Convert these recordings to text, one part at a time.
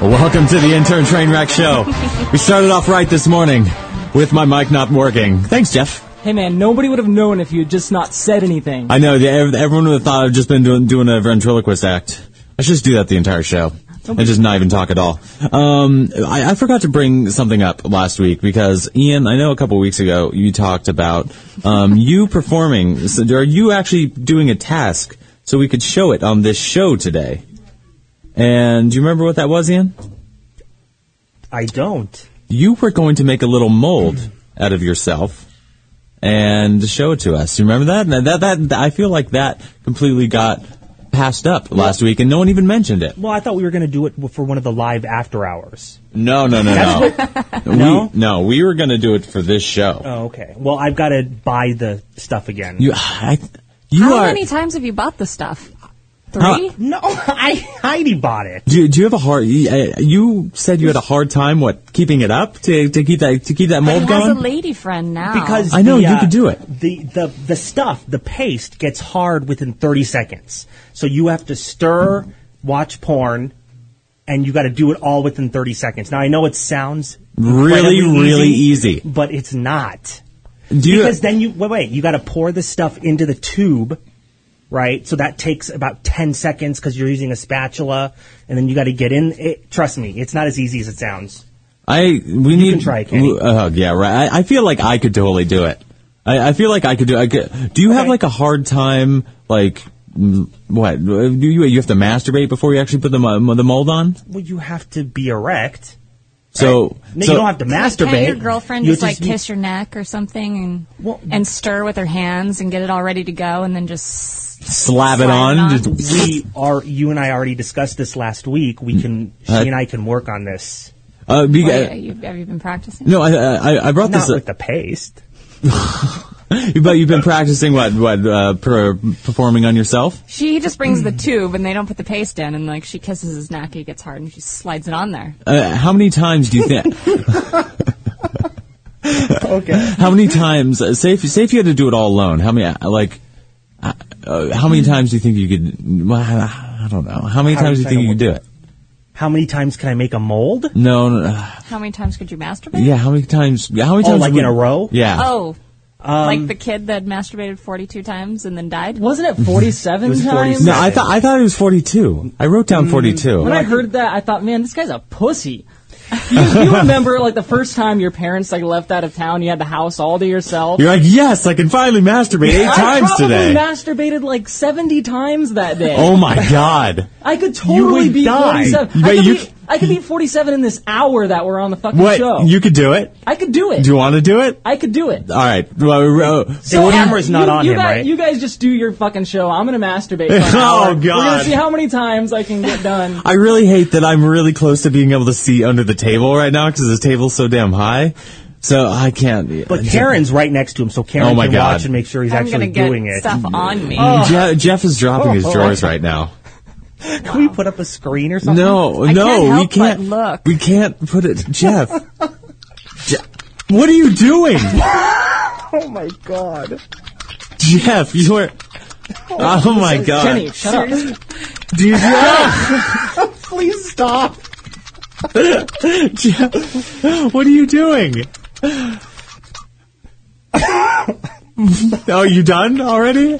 Well, welcome to the Intern Trainwreck Show. we started off right this morning with my mic not working. Thanks, Jeff. Hey man, nobody would have known if you had just not said anything. I know the- ev- everyone would have thought I've just been doing, doing a ventriloquist act. I should just do that the entire show and just not even talk at all. Um, I, I forgot to bring something up last week because Ian, I know a couple weeks ago you talked about um, you performing. So are you actually doing a task so we could show it on this show today? And do you remember what that was, Ian? I don't. you were going to make a little mold out of yourself and show it to us. You remember that? Now, That that, I feel like that completely got passed up last week, and no one even mentioned it. Well, I thought we were going to do it for one of the live after hours. No, no, no, no. No? we, no. We were going to do it for this show. Oh, okay. Well, I've got to buy the stuff again. You, I, you How are. many times have you bought the stuff? Three? Huh. no, I Heidi bought it. do, do you have a hard? You uh, you said you had a hard time what keeping it up to, to keep that to keep that But mold he has going. a lady friend now. Because Oh. I know, the, you uh, could do it. The, the the stuff, the paste gets hard within 30 seconds. So you have to stir, watch porn, and you got to do it all within 30 seconds. Now I know it sounds Really, incredibly really easy. but it's not. do you, because then you wait, wait. You got to pour the stuff into the tube, right? So that takes about ten seconds because you're using a spatula, and then you got to get in. It, trust me, it's not as easy as it sounds. I we need can try, Kenny. Uh, yeah, right. I, I feel like I could totally do it. I, I feel like I could do. I could, do you have Okay. like a hard time? Like mm, what? Do you you have to masturbate before you actually put the mo- the mold on? Well, you have to be erect. So No, so you don't have to Like, masturbate. Can't your girlfriend You just, like kiss your neck or something and Well- and stir with her hands and get it all ready to go and then just slap it Slap it on. on. Just- We are. You and I already discussed this last week. We can. She Uh, and I can work on this. uh, be- Wait, you, have you been practicing? no, I, I I brought Not this with up, the paste. but you've been practicing what what uh, per, performing on yourself. She just brings the tube and they don't put the paste in and like she kisses his neck, he gets hard and she slides it on there. Uh, how many times do you think? Okay. How many times? uh, Say if, say if you had to do it all alone. How many? uh, Like, uh, uh, how many times do you think you could? Well, I I don't know. How many Hmm. How times do do you think you you could think do it? How many times can I make a mold? No, no, uh, How many times could you masturbate? yeah. How many times? How many Oh, times? like would- in a row? Yeah. Oh. like the kid that masturbated 42 times and then died? Wasn't Mm-hmm. it 47 was times? 47. No, I thought I thought it was forty-two. I wrote Hmm. down forty-two. When I heard that, I thought, man, this guy's a pussy. you, you remember like the first time your parents like left out of town, you had the house all to yourself. You're like, yes, I can finally masturbate eight I times probably today. masturbated like 70 times that day. oh my god! I could totally would be die. 47. I But could, you- be, I could be 47 in this hour that we're on the fucking What? show. You could do it. I could do it. Do you want to do it? I could do it. All right. Well, uh, So Yeah, camera's not you- on you him, guys, right? You guys just do your fucking show. I'm gonna masturbate. For an Oh, hour. We're God. gonna see how many times I can get done. I really hate that I'm really close to being able to see under the table right now because the table's so damn high. So I can't. But Karen's right next to him, so Karen Oh my can God. watch and make sure he's I'm actually gonna get doing it. stuff on me. Je- Jeff is dropping his Oh. drawers right now. Can we put up a screen or something? No, I no, can't help we can't. but look. We can't put it, Jeff. Je- what are you doing, Oh my god. Jeff? You are. Oh my god, Jenny, shut up. Dude, Jeff, Please stop. Jeff, what are you doing? oh, you done already?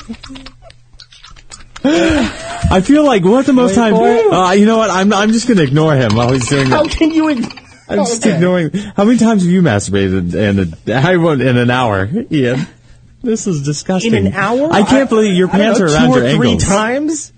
I feel like we're at the most time. for it. Uh, you know what? I'm I'm just gonna ignore him while he's doing it. How can you ignore? I'm just ignoring. How many times have you masturbated in a, I won't- in an hour, Ian? This is disgusting. In an hour? I can't believe your I don't pants know, are around two your or three ankles. times.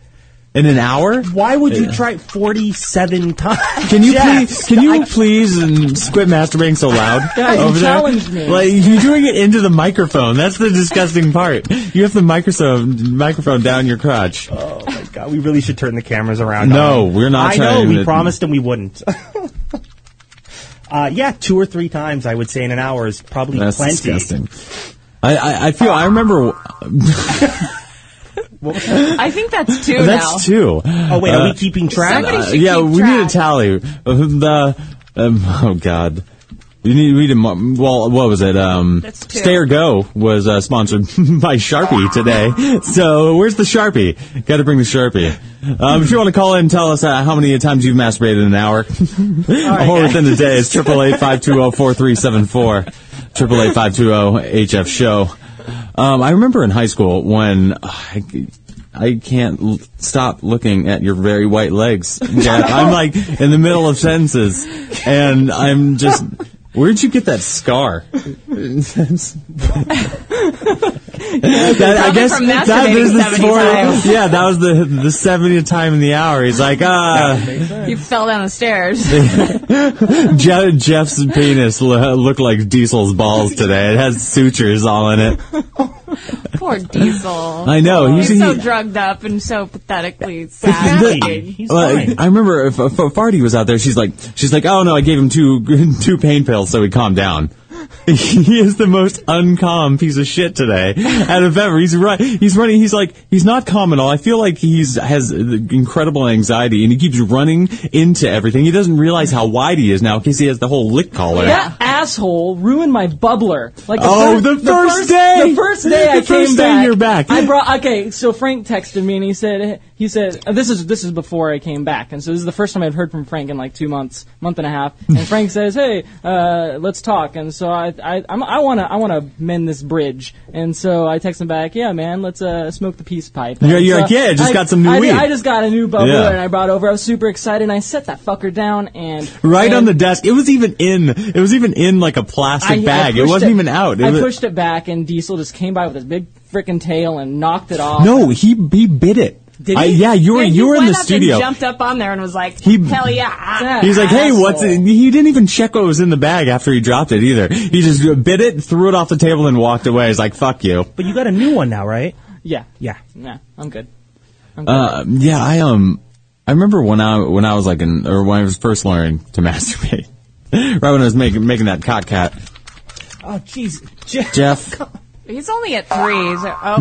in an hour? Why would you try forty-seven times? Can you Jeff, please? Can you please and quit masturbating so loud Guys, you over there? challenged me. Like you're doing it into the microphone. That's the disgusting part. You have the microphone microphone down your crotch. Oh God, we really should turn the cameras around. No, on him. we're not I trying know. We to- promised him we wouldn't. uh, yeah, two or three times I would say in an hour is probably That's plenty. disgusting. I, I, I feel. I remember. I think that's two now. That's two. Oh wait, are we keeping track? Somebody Uh, should yeah, keep we need a track. tally. Uh, The um, oh god, You need, we didn't. mo- Well, what was it? Um, That's two. Stay or Go was uh, sponsored by Sharpie today. So where's the Sharpie? Got to bring the Sharpie. Um, if you want to call in, tell us uh, how many times you've masturbated in an hour or within the day. It's triple eight five two zero four three seven four. Triple eight five two zero HF show. Um, I remember in high school when uh, I, I can't l- stop looking at your very white legs. Jack. I'm like in the middle of sentences, and I'm just. Where'd you get that scar? that, I Probably guess from that masturbating is the 70 story. times. Yeah, that was the the seventieth time in the hour. He's like, ah, You fell down the stairs. Je- Jeff's penis lo- looked like Diesel's balls today. It has sutures all in it. Poor Diesel. I know. He's He's- so he- drugged up and so pathetically sad. Happy. He's Well, fine. I remember if, if Farty was out there, she's like, she's like, oh no, I gave him two two pain pills so he calmed down. he is the most uncalm piece of shit today out of ever. He's right. He's running. He's like, he's not calm at all. I feel like he's has incredible anxiety and he keeps running into everything. He doesn't realize how wide he is now because he has the whole lick collar. That asshole ruined my bubbler. Like the Oh, fir- the first day! the first day I The first came day back, you're back. I brought okay. So Frank texted me and he said he said uh, this is this is before I came back, and so this is the first time I've heard from Frank in like two months, month and a half. And Frank says, "Hey, uh, let's talk." And so I I I'm, I wanna I wanna mend this bridge, and so I text him back, "Yeah, man, let's uh, smoke the peace pipe." You're- And you're so like, "Yeah, just I- got some new I, weed." I just got a new bubbler Yeah. and I brought over. I was super excited. and I set that fucker down and Right and on the desk. It was even in. It was even in like a plastic bag. it pushed wasn't even out. It I was- pushed it back, and Diesel just came by with his big freaking tail and knocked it off. no, he he bit it. Did I- he? yeah, you were Yeah, he you were in went the up and studio. jumped up on there and was like, He- hell yeah. Yeah. He's like, hey, asshole. what's it? He didn't even check what was in the bag after he dropped it either. He just bit it, threw it off the table, and walked away. He's like, fuck you. but you got a new one now, right? Yeah. Yeah. Nah, I'm good. Uh, yeah, I um, I remember when I when I was like in or when I was first learning to masturbate, right when I was making making that cock cat. Oh, jeez. Jeff. Jeff, He's only at three. So, oh,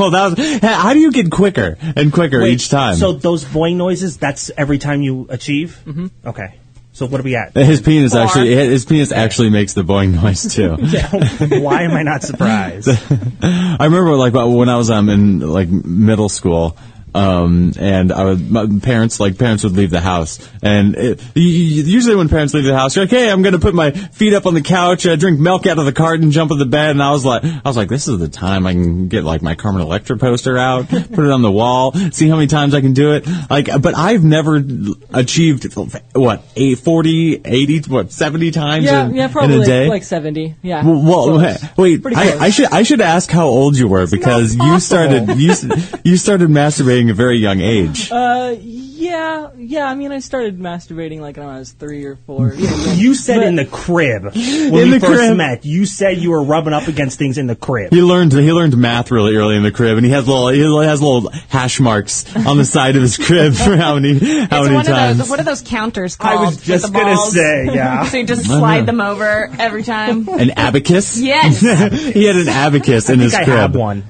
oh, that was. How do you get quicker and quicker Wait, each time? So those boing noises, that's every time you achieve? Mm-hmm. Okay. So what are we at? his penis Four. actually, his penis actually makes the boing noise too. Why am I not surprised? I remember like about when I was um in like middle school. Um, and I would, my parents, like, parents would leave the house. And it, u- u- usually when parents leave the house, you're like, hey, I'm gonna put my feet up on the couch, uh, drink milk out of the carton, jump on the bed. And I was like, I was like, this is the time I can get, like, my Carmen Electra poster out, put it on the wall, see how many times I can do it. Like, but I've never achieved, what, eight, 40, 80, what, 70 times Yeah, in, yeah, in probably a day? like 70. Yeah. Well, well Close. wait, wait, Pretty I, close. I should I should ask how old you were because you started you s- you started masturbating at a very young age. Uh, yeah, yeah. I mean, I started masturbating like when I was three or four. Yeah, You said in the crib when In we the first crib. met. You said you were rubbing up against things in the crib. he learned he learned math really early in the crib, and he has little he has little hash marks on the side of his crib for how many how it's many one times. of those, what are those counters I called? was with just the gonna balls? say, yeah. so you just slide them over every time? an abacus? Yes. he had an abacus in I his think I crib. have one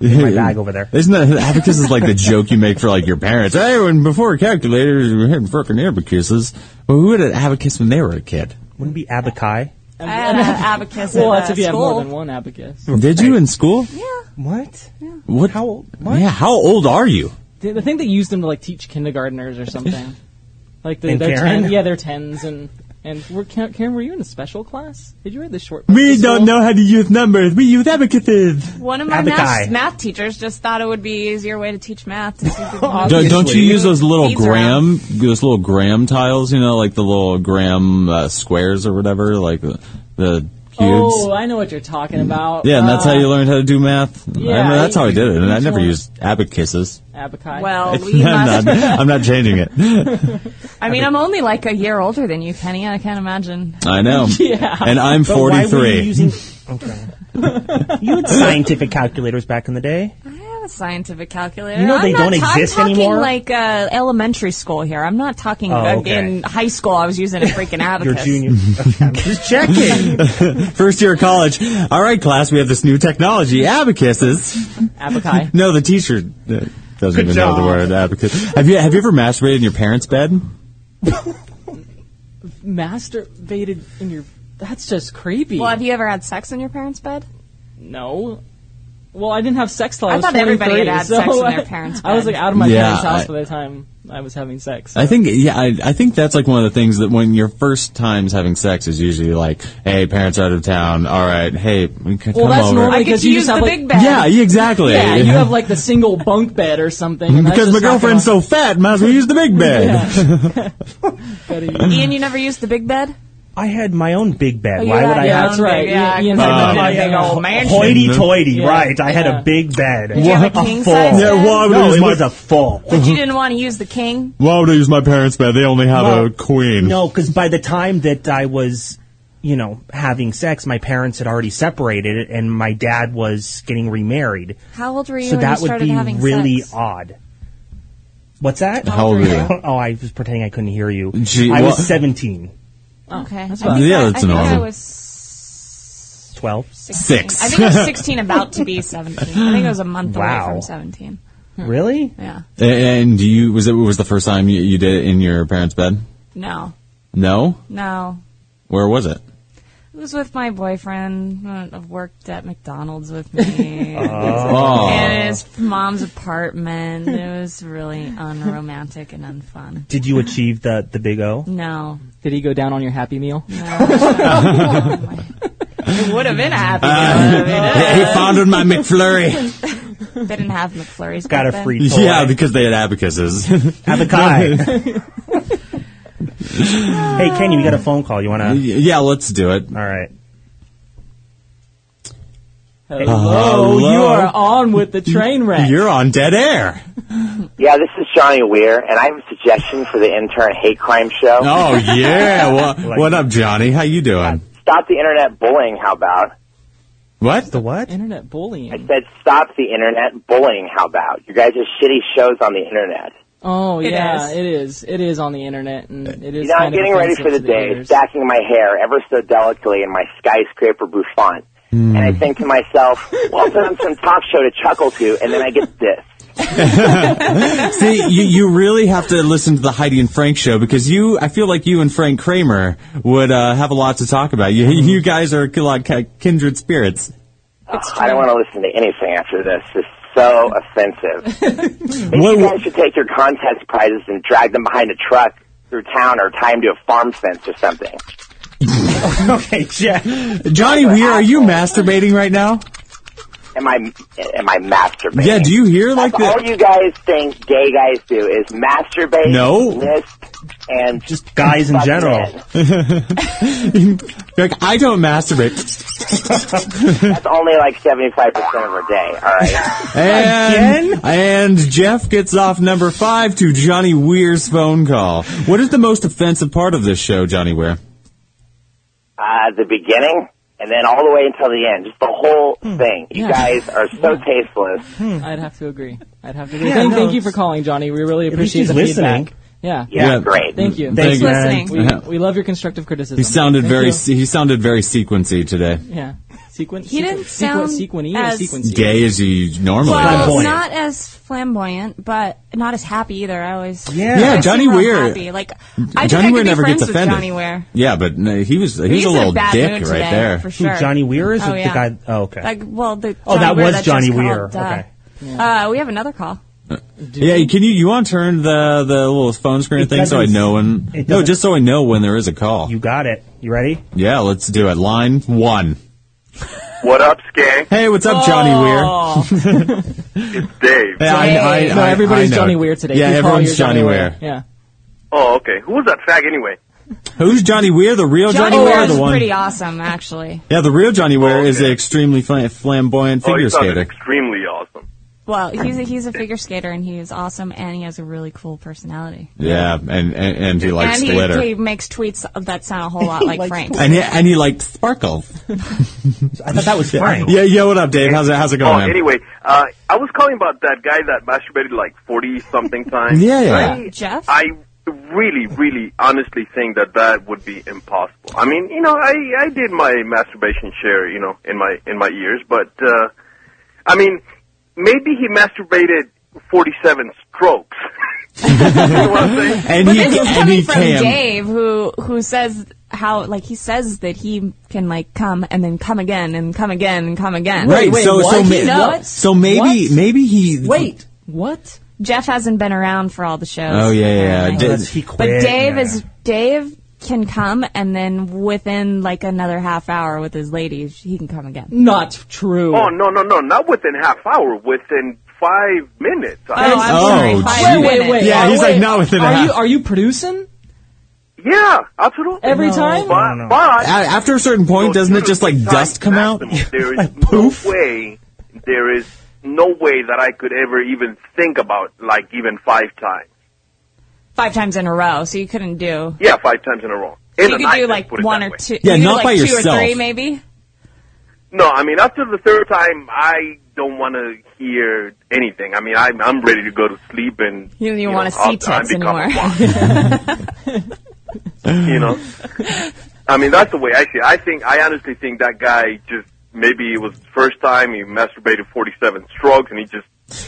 in my bag over there. Isn't that abacus is like the joke you make for like your parents? Hey, when before calculators, we had fucking abacuses. Well, who had an abacus when they were a kid? Wouldn't it be Abakai? I had an abacus well, at, that's uh, if you have school. more than one abacus. Did you in school? What? What? How old? What? Yeah, how old are you? The, the thing they use them to like teach kindergartners or something. Like the, And they're Karen? ten, yeah, they're tens and and were, Karen, Karen, were you in a special class? Did you read the short? We the don't school? know how to use numbers. We use abacuses. One of my Abacai. math, math teachers just thought it would be easier way to teach math. to see if you can- Don't, you Obviously. use those little These are- gram, those little gram tiles? You know, like the little gram uh, squares or whatever, like the, the cubes. Oh, I know what you're talking about. yeah, and that's how Uh, you learned how to do math. I yeah, mean, that's how I did it, and I each never one. used abacuses. Abacai. Well, we I'm must. not, I'm not changing it. I mean, I'm only like a year older than you, Penny. I can't imagine. I know. Yeah. And I'm But Why were you 43. using? Okay. you had scientific calculators back in the day. I have a scientific calculator. You know I'm they not don't ta- exist I'm talking anymore? like uh, elementary school here. I'm not talking Oh, uh, okay. in high school. I was using a freaking Your abacus. junior. Okay, I'm just checking. First year of college. All right, class, we have this new technology, abacuses. Abacai. No, the teacher uh, doesn't even job. know the word abacus. Have you have you ever masturbated in your parents' bed? Masturbated in your That's just creepy. Well, have you ever had sex in your parents' bed? no. Well, I didn't have sex till I, I was thought everybody 23, had had so sex in their I- parents' I was bed. like out of my Yeah, parents' house I- by the time I was having sex. I think yeah, I, I think that's like one of the things that when your first times having sex is usually like, hey, parents are out of town. All right, hey, we can Well, come that's over. normal I Because could you use just have, the like- big bed. Yeah, yeah, exactly. yeah, you have like the single bunk bed or something. and that's because my just not gonna- girlfriend's so fat, might as well use the big bed. Gotta- Ian, you never used the big bed? I had my own big bed. Oh, you Why would had I your yeah, have that's own right. big- yeah, Ian- Ian I had could Uh, that live in big a big old old mansion. Hoity-toity, Yeah. right? I had Yeah. a big bed. Did you have Wow. a king Yeah, size yeah, bed? why would I No, use it my was a full. But you didn't want to use the king? why would I use my parents' bed? They only have Well, a queen. No, because by the time that I was, you know, having sex, my parents had already separated, and my dad was getting remarried. How old were you so when you that would started be having really sex? odd. What's that? How old were you? oh, I was pretending I couldn't hear you. Gee, I wha- was 17. Okay. That's about- Yeah, that's I think I normal. was 12? 16. Six. I think I was 16, about to be 17. I think I was a month Wow. away from 17. Really? Yeah. And you was it was the first time you, you did it in your parents' bed? No. No, No. where was it? It was with my boyfriend. uh, Worked at McDonald's with me. Oh, In his mom's apartment. It was really unromantic and unfun. Did you achieve the, the big O? No. Did he go down on your Happy Meal? no. it would have been a happy. meal, but it he founded my McFlurry. didn't. They didn't have McFlurries. Got a back then. free toy. yeah, because they had abacuses. Avakai. hey, Kenny, we got a phone call. You want to? yeah, let's do it. All right. Hello, you are on with the train wreck. You're on dead air. Yeah, this is Johnny Weir, and I have a suggestion for the intern hate crime show. Oh yeah. Wha- what up, Johnny? How you doing? Stop the internet bullying, how about? What? The what? Internet bullying. Said stop the internet bullying, how about? You guys are shitty shows on the internet. Oh It yeah, is. it is. It is on the internet, and it is. You know, I'm kind of getting ready offensive for the to day, ears. stacking my hair ever so delicately in my skyscraper bouffant. And Hmm. I think to myself, well, I'll put on some talk show to chuckle to, and then I get this. See, you, you really have to listen to the Heidi and Frank show because you, I feel like you and Frank Kramer would uh, have a lot to talk about. You, Mm-hmm. you guys are like kindred spirits. Ugh, I don't want to listen to anything after this. It's so offensive. Maybe What- you guys should take your contest prizes and drag them behind a truck through town or tie them to a farm fence or something. Okay, Jeff. Johnny Weir, are you masturbating right now? Am I am I masturbating? Yeah, do you hear like That's all the you guys think gay guys do is masturbate, No. lisp, and just Guys in general. like I don't masturbate. That's only like seventy five percent of our day. All right. And, and Jeff gets off number five to Johnny Weir's phone call. What is the most offensive part of this show, Johnny Weir? uh, the beginning and then all the way until the end. Just the whole thing. You Yeah. guys are so tasteless. I'd have to agree. I'd have to agree. Yeah, thank, no, thank you it's- for calling, Johnny. We really least appreciate he's the listening. feedback. Yeah. Yeah, Yeah. great. Thank you. Thank Thanks you. for listening. We, we love your constructive criticism. He sounded Thank very you. se- he sounded very sequency today. yeah. Sequence. He didn't sound sequence, as- sequence. Gay as he normally Well, is. Flamboyant. not as flamboyant, but not as happy either. I always Yeah. Yeah, I seem Johnny real Weir- Happy. Like I think Johnny I could Weir be never gets friends with offended. Johnny Weir. Yeah, but no, he was he was He's a in little a bad dick mood right today, there. For Who, sure. Johnny Weir? Is Oh, it yeah. the guy? Oh, okay. Like, well, the Oh, Johnny that Weir was just Johnny called, Weir. uh, Okay. Uh, we have another call. Yeah, can you you want to turn the the little phone screen It thing so I doesn't- know when? it No, doesn't- just so I know when there is a call. you got it. You ready? yeah, let's do it. Line one. What up, Skag? Hey, what's up, Johnny Weir? Oh, It's Dave. Yeah, I, I, no, I- everybody's I know. Johnny Weir today. Yeah, You call everyone's your Johnny Weir. Yeah. Oh, okay. Who was that fag anyway? Who's Johnny Weir? The real Johnny, Johnny Weir Weir, or is the one. pretty awesome, actually. Yeah, the real Johnny Weir is okay. an extremely fla- flamboyant oh, figure you sounded skater. extremely awesome. Well, he's a, he's a figure skater and he is awesome, and he has a really cool personality. Yeah, and and, and he likes and he, glitter. he makes tweets that sound a whole lot like Frank. and he, and he likes sparkles. I thought that was Frank. Yeah, yeah. What up, Dave? How's it How's it going? oh, man? anyway, uh, I was calling about that guy that masturbated like 40 something times. Yeah, yeah. I- Jeff? I really, really honestly think that that would be impossible. I mean, you know, I, I did my masturbation share, you know, in my, in my years, but, uh, I mean, maybe he masturbated 47 strokes. you know what I'm saying? And But he this is and coming he from can. Dave, who who says how like he says that he can like come and then come again and come again and come again. Right. wait, so so what? ma- No. so maybe What? maybe he Wait, what? Jeff hasn't been around for all the shows. Oh, yeah, yeah, yeah. apparently. Dave- Unless he But quit, Dave yeah. is Dave can come and then within like another half hour with his ladies, he can come again. Not true. Oh, no, no, no. Not within half hour, within five minutes. Oh, I'm Oh, sorry. geez. Five wait, wait, minutes. wait. Yeah, Oh, he's wait. like, not within a are half. You, are you producing yeah, absolutely. every No. time? But, no. but A- after a certain point, doesn't it just like dust come out? There is poof. no way. There is no way that I could ever even think about like even five times. Five times in a row, so you couldn't do. Yeah, five times in a row. In you a could night, do let's like put it one that or way. two. Yeah, you could not do, like by two yourself. or three, maybe. No, I mean after the third time, I don't want to hear anything. I mean, I'm I'm ready to go to sleep and You don't even know, wanna see I'll- I tits become a anymore. block. you know, I mean that's the way I see. It. I think I honestly think that guy just maybe it was his first time he masturbated 47 strokes and he just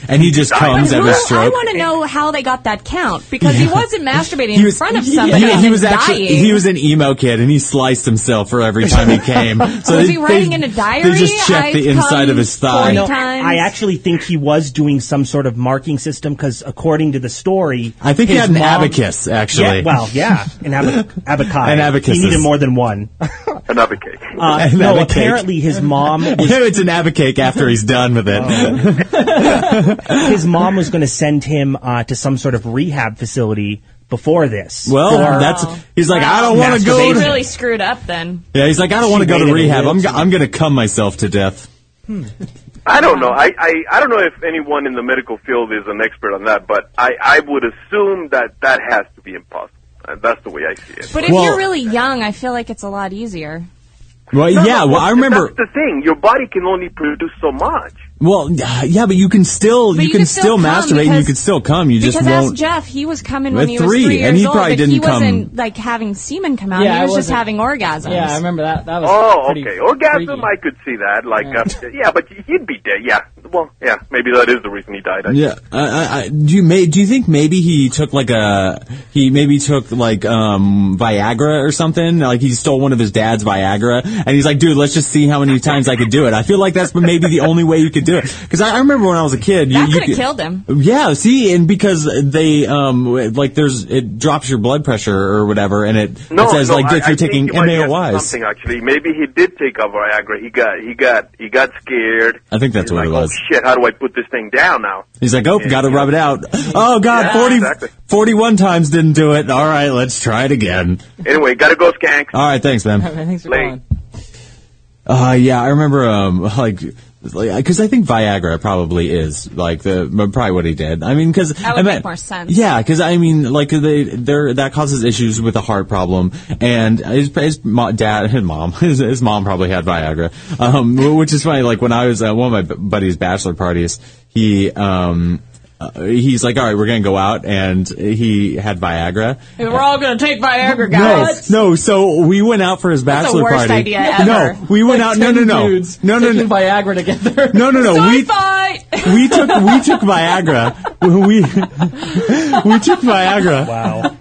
And he just comes But every who- I stroke. want to know how they got that count because he wasn't masturbating in front of he- somebody. He, he and was dying. actually he was an emo kid, and he sliced himself for every time he came. So was they, he writing they- in a diary? They just checked the I've inside of come his thigh. 40 times. I actually think he was doing some sort of marking system because, according to the story, I think he his had an mom- abacus actually. Yeah, well, yeah, an ab- abacus. An abacus He needed is- more than one. another case. Uh, An no, abacake. apparently his mom You know, it's an abacake after he's done with it. his mom was going to send him uh, to some sort of rehab facility before this. well, For- that's he's like I don't Wow. want to go. He Masturbation. To, really screwed up then. yeah, he's like I don't want to go to waited a rehab. I'm little go- I'm gonna cum myself to death. I don't know. I, I, I don't know if anyone in the medical field is an expert on that, but I, I would assume that that has to be impossible. Uh, That's the way I see it. But if Well- you're really young, I feel like it's a lot easier. Well, No, yeah. no, Well, I remember. That's the thing. Your body can only produce so much. Well, yeah, but you can still you, you can, can still still, cum masturbate and you because- can still cum. You just Because ask won't. Jeff, he was coming At when he was three, three years and he old, probably but he didn't come- wasn't like having semen come out. Yeah, he I was just wasn't- having orgasms. Yeah, I remember that. That was Oh, pretty okay. Orgasm, freaky. I could see that. Like, yeah, uh, yeah but he'd be dead. Yeah. Well, yeah. Maybe that is the reason he died. I- Yeah, I, I- I, do you may do you think maybe he took like a he maybe took like um Viagra or something? Like he stole one of his dad's Viagra, and he's like, dude, let's just see how many times I could do it. I feel like that's maybe the only way you could do it. Because I, I remember when I was a kid, you, That you could have killed him. Yeah, see, and because they um like there's it drops your blood pressure or whatever, and it, No, it says no, like I, if I you're think taking he might be onto MAOIs. Something actually. Maybe he did take a Viagra. He got he got he got scared. I think that's He's what it like, was. Oh shit! How do I put this thing down now? He's like, oh, Yeah, gotta yeah. rub it out. Oh god, Yeah, 40, exactly. 41 times didn't do it. All right, let's try it again. Anyway, gotta go, skank. All right, thanks, man. Okay, thanks for Late. calling. Uh, yeah, I remember, um, like, because I think Viagra probably is like the probably what he did. I mean, because That would make more sense. Yeah, because I mean, like they they're that causes issues with a heart problem, and his, his mo- dad, his mom, his, his mom probably had Viagra, um, which is funny. Like when I was at one of my buddy's bachelor parties, he um. Uh, he's like, all right, we're gonna go out, and he had Viagra, We're all gonna take Viagra, guys. no, no. So we went out for his the bachelor worst party. idea ever. No, we went out. No, no, Ten no, dudes no, no, taking no, Viagra together. no, no, no. Sword Oh, We fight. we took we took Viagra. We we took Viagra. wow.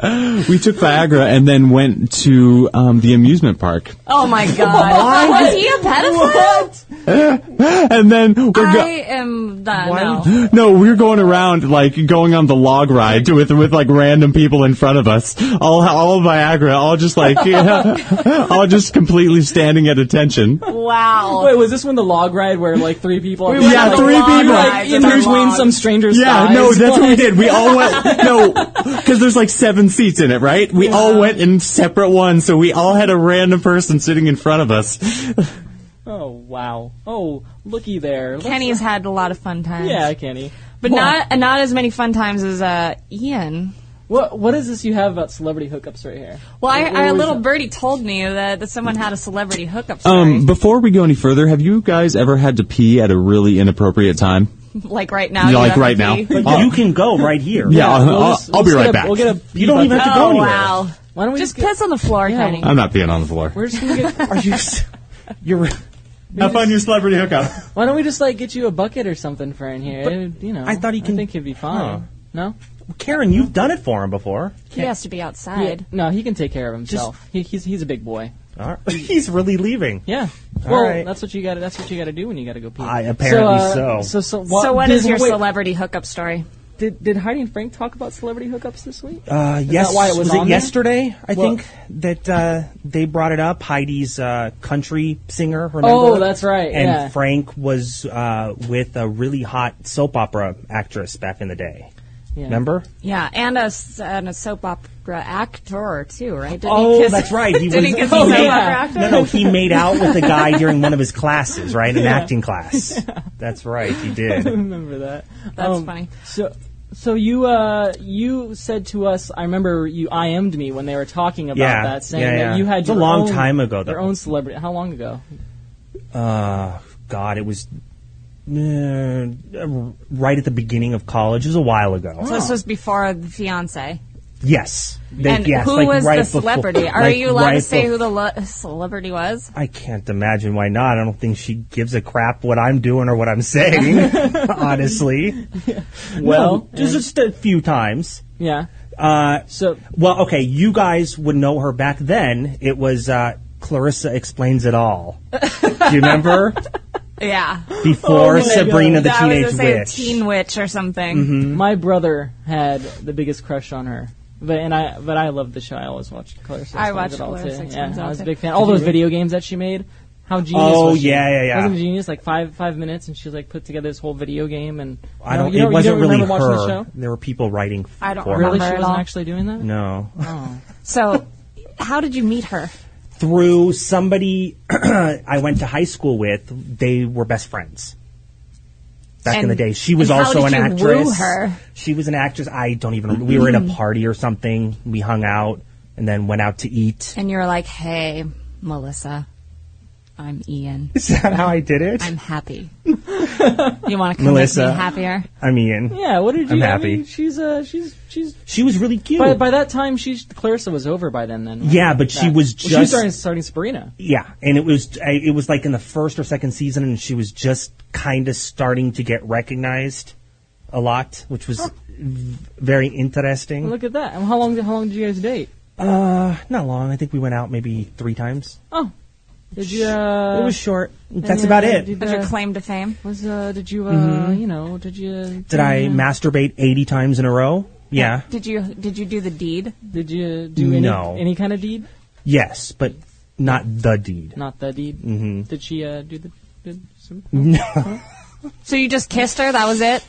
We took Viagra and then went to um, the amusement park. Oh my god. Was he a pedophile? And then we're I go- am not. No. no, we were going around like going on the log ride to- with with like random people in front of us. All all Viagra, all just like all just completely standing at attention. Wow. Wait, was this when the log ride where like three people? went Yeah, on the three log people. ride like, with in our between mom. some strangers. Yeah, thighs? no, that's what we Like, did. We all went no, because there's like seven seats in it, right? We all went in separate ones, so we all had a random person sitting in front of us. Oh wow. Oh, looky there. Let's- Kenny's had a lot of fun times. Yeah, Kenny. But not not as many fun times as uh, Ian. What what is this you have about celebrity hookups right here? Well, I, Where our was little it? birdie told me that, that someone had a celebrity hookup story, Um, before we go any further, have you guys ever had to pee at a really inappropriate time? like right now. Yeah, you like have to right now. pee. But- you can go right here. Yeah, I'll, We'll Uh-huh. I'll, just- I'll we'll be just right get a- back. We'll get a. You don't even have to go Oh anywhere. wow! Why don't we Just get- piss on the floor, Yeah. Kenny. I'm not peeing on the floor. We're just gonna get. Are you? s- You're. Have fun your celebrity hookup. Why don't we just like get you a bucket or something for in here? It would- you know, I thought he can- think he'd be fine. No, Karen, you've done it for him before. He has to be outside. no, he can take care of himself. He, he's he's a big boy. Uh, All right. He's really leaving. Yeah. Well, right. that's what you got. to That's what you got to do when you got to go pee. I- apparently so. So so what, so what did- is your wait, celebrity hookup story? Did, did Heidi and Frank talk about celebrity hookups this week? Uh, yes, that why it was it on there? yesterday? I Well- think that uh, they brought it up. Heidi's uh, country singer, remember? Oh, that's right, And yeah. Frank was uh, with a really hot soap opera actress back in the day. Remember? Yeah, and a, s- and a soap opera actor too, right? Did Oh, that's right. He did was. he kiss oh, a soap yeah. opera actor? No, no, he made out with a guy during one of his classes, right? An acting class. That's right, he did. remember that. Um, That's funny. So, so you uh, you said to us, I remember you IM'd me when they were talking about Yeah, that, saying yeah, yeah. that you had It's a your long own- time ago, though. Your own celebrity. How long ago? Uh, God, it was uh, right at the beginning of college. It was a while ago. So this was before the fiance. Yes. They- and yes, who like was right the befo- celebrity? Are like you allowed to right say bef- who the lo- celebrity was? I can't imagine why not. I don't think she gives a crap what I'm doing or what I'm saying, honestly. Well, just, just a few times. Yeah. Uh, So well, okay, you guys would know her back then. It was uh, Clarissa Explains It All. Do you remember? Yeah, Before Oh my Sabrina God. the I was Teenage gonna say Witch. Mm-hmm. Teen Witch or something. my brother had the biggest crush on her. But and I but I loved the show. I always watched Clarissa. I Explains watched it all Clarissa too. yeah, Explains It All I was a too. big fan. All those video games that she made. How genius! Oh, was she? yeah, yeah, yeah. Wasn't it genius? Like five five minutes, and she like put together this whole video game. And I No, don't. You it don't, wasn't you don't really remember watching the her. show. There were people writing. I don't for her. Really, Remember she it wasn't all? actually doing that. No. So, how did you meet her? through somebody I went to high school with. They were best friends. Back in And- the day, she was and how also an did you actress. woo her? She was an actress. I don't even. We were at a party or something. We hung out and then went out to eat. And you're like, hey, Melissa, I'm Ian. Is that how I did it? I'm happy. you want to come Melissa. make me happier? I mean, Yeah, what did you? I'm I happy. mean, she's uh, she's she's. she was really cute. By, by that time, she Clarissa was over by then. Then yeah, but she That- was well, she was just starting starting Sabrina. yeah, and it was I- it was like in the first or second season, and she was just kind of starting to get recognized a lot, which was v- very interesting. Look at that. And How long? How long did you guys date? Uh, not long. I think we went out maybe three times. Oh, did you? Uh, it was short. That's yeah, about I it. did- Did, Was your Uh, claim to fame? Was uh? Did you uh? You know? Did you? Mm-hmm. I masturbate eighty times in a row? Yeah. Did you did you do the deed? Did you do any No. any kind of deed? Yes, but not the deed. Not the deed. Mm-hmm. Did she uh do the? Did some, So you just kissed her? That was it?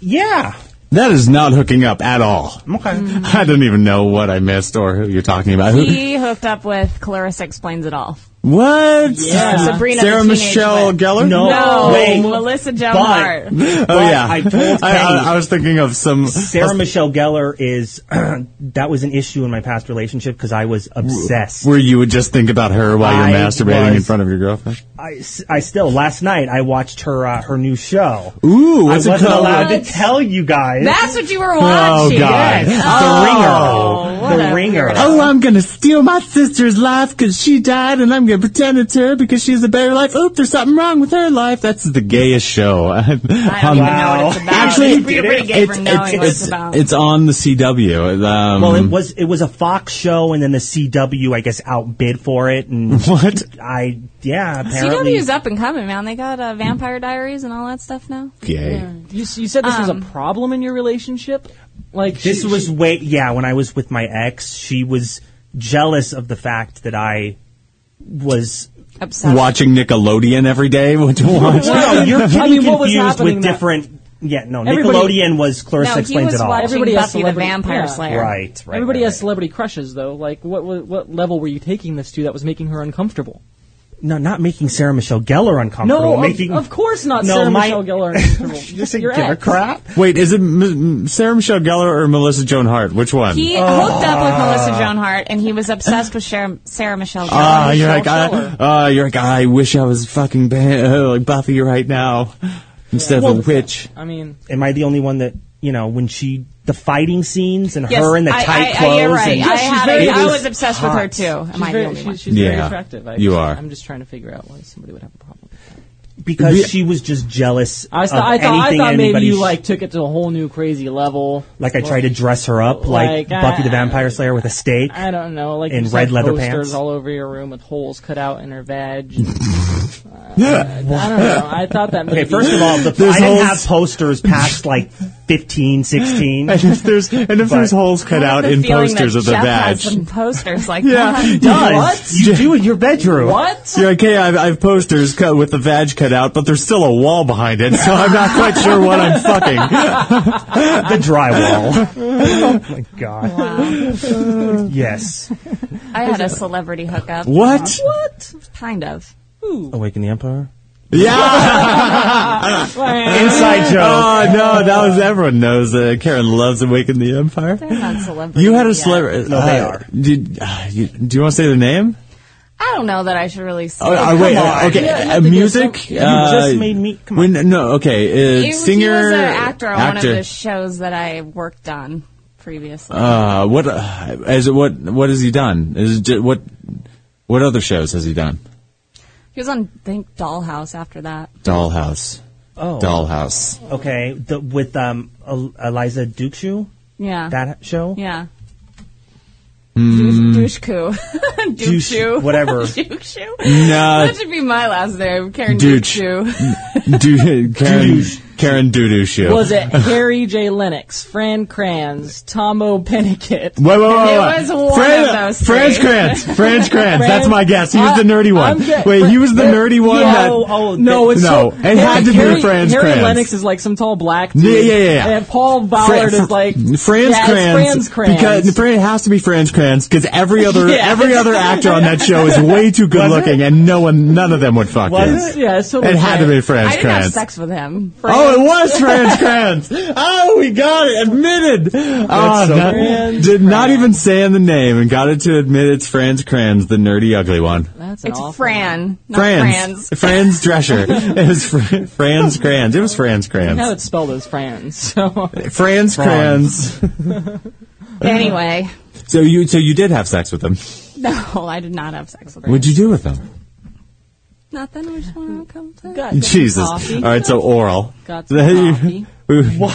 Yeah. That is not hooking up at all. Okay. Mm. I don't even know what I missed or who you're talking about. Who- He hooked up with Clarissa Explains It All. What? Yeah. Sabrina Sarah the Teenage Michelle Witch. Gellar? No. No, Wait. Melissa Joan But- Hart. Oh But yeah. I told I, I- Kenny- I was thinking of some Sarah Michelle Gellar is that was an issue in my past relationship because I was obsessed. where you would just think about her while I you're masturbating in was- front of your girlfriend. I, s- I still last night I watched her uh, her new show. Ooh, I what's it wasn't called? allowed to tell you guys. That's what you were Oh, watching. God. The Yes. Oh, Ringer. what The a Ringer. weirdo. Oh, I'm gonna steal my sister's life because she died, and I'm gonna pretend it's her because she has a better life. Oop, there's something wrong with her life. That's the gayest show. I don't I don't even know what it's about. Actually, You're pretty good for knowing what it's, it's, about. it's on the CW. Um, Well, it was it was a Fox show, and then the CW, I guess, outbid for it, and what? I yeah, apparently CW's up and coming, man. They got uh, Vampire Diaries and all that stuff now. Gay. uh, you, s- you said this Um, was a problem in your relationship. Like this she- was way yeah. When I was with my ex, she was jealous of the fact that I was. Obsessed. Watching Nickelodeon every day. What to watch? No, you're getting I mean, what was confused happening with that- different. Yeah, no, Everybody- Nickelodeon was Clarissa No, he explains was it all. watching Everybody has Buffy the celebrity- Vampire yeah. Slayer. Right, right. Everybody right, has right. celebrity crushes, though. Like, what, what what level were you taking this to that was making her uncomfortable? No, not making Sarah Michelle Gellar uncomfortable. No, of, making of course not. No, Sarah my- Michelle Gellar. uncomfortable. You just said Your give a ex. crap. Wait, is it M- M- Sarah Michelle Gellar or Melissa Joan Hart? Which one? He hooked up with Melissa Joan Hart, and he was obsessed with Sarah, Sarah Michelle Gellar. Ah, you're like, Michelle I, uh, you're like, I wish I was fucking ba- uh, like Buffy right now instead of a witch. I mean, Am I the only one that you know, when she the fighting scenes and Yes, her in the I- tight I, I, clothes. you're right. and- I, Yes, she's had very- a, I it was was obsessed with her too. Am I She's the very, only one? she's, she's very Yeah. attractive. I, You are. I'm just trying to figure out why somebody would have a problem. with that. because she was just jealous I, of th- I thought, I anything thought maybe anybody you sh- like took it to a whole new crazy level. like I tried to dress her up like, Like, I- Buffy the Vampire Slayer with a steak. I don't know, like In you red said, leather posters pants? all over your room with holes cut out in her veg. Uh, I don't know. I thought that. Maybe Okay, first of all, the, There's I didn't holes. have posters past like 15, 16. And if there's and if there's But- holes cut out in posters of the Jeff Has badge. some posters like Yeah, that. he Does. You do in your bedroom. what? You're like, hey, I've, I've posters cut with the vag cut out, but there's still a wall behind it, so I'm not quite sure what I'm fucking. The drywall. oh my god. yes. I had a celebrity hookup. What? What? Kind of. Awaken the Empire. Yeah. Inside joke. Oh no, that was everyone knows that Karen loves Awaken the Empire. They're not celebrities. You had a yet. celebrity. No, they are. Did, uh, you, do you want to say their name? I don't know that I should really say. Oh, uh, wait, uh, okay. uh, music. uh, just made me- come on. When, no, okay. Uh, He- singer. He was an actor on one actor. of the shows that I worked on previously. Uh, what uh, as it- what what has he done? Is it ju- what what other shows has he done? he was on, I think, Dollhouse after that. Dollhouse. Oh. Dollhouse. Okay, the, with um El- Eliza Dukshu, Yeah. that show. yeah. Mm. Dushku. Douche- Dushku. whatever. Dushku. No, That should be my last name, Karen Douche. Dushku. do, Karen Karen Doodoo show. Was it Harry J. Lennox, Fran Kranz, Tomo Pennicott? Wait, wait, wait, wait, It wait. was one Fran- of those French three. Kranz. French Kranz. That's my guess. He was the I- nerdy one. I'm ge- Wait, he was the nerdy one Yeah. that. Oh, oh, No, it's No, so- it had to be Harry, Franz Harry Kranz. Lennox is like some tall black dude. Yeah, yeah, yeah, yeah. And Paul Ballard Fran- is like Franz yeah, Kranz, It's Franz Kranz. because Fran- it has to be Franz Kranz because every other Yeah. every other actor on that show is way too good looking and no one none of them would fuck Was you. it? yeah, it's totally It had to be Franz I didn't have Kranz. sex with him. Oh, it was Franz Kranz. Oh, we got it. Admitted. Ah, so that- cool. did not even say in the name and got it to admit it's Franz Kranz, the nerdy ugly one. That's an It's awful- Fran, not Franz. Franz. Franz Drescher. It was Fr- Franz Kranz. It was Franz Now Kranz. it's spelled as Franz. So Franz Kranz. Anyway, So you so you did have sex with him. no, I did not have sex with him. What'd you do with him? Nothing. We just want to come to. got some Jesus. coffee. All right, so oral. got some coffee. We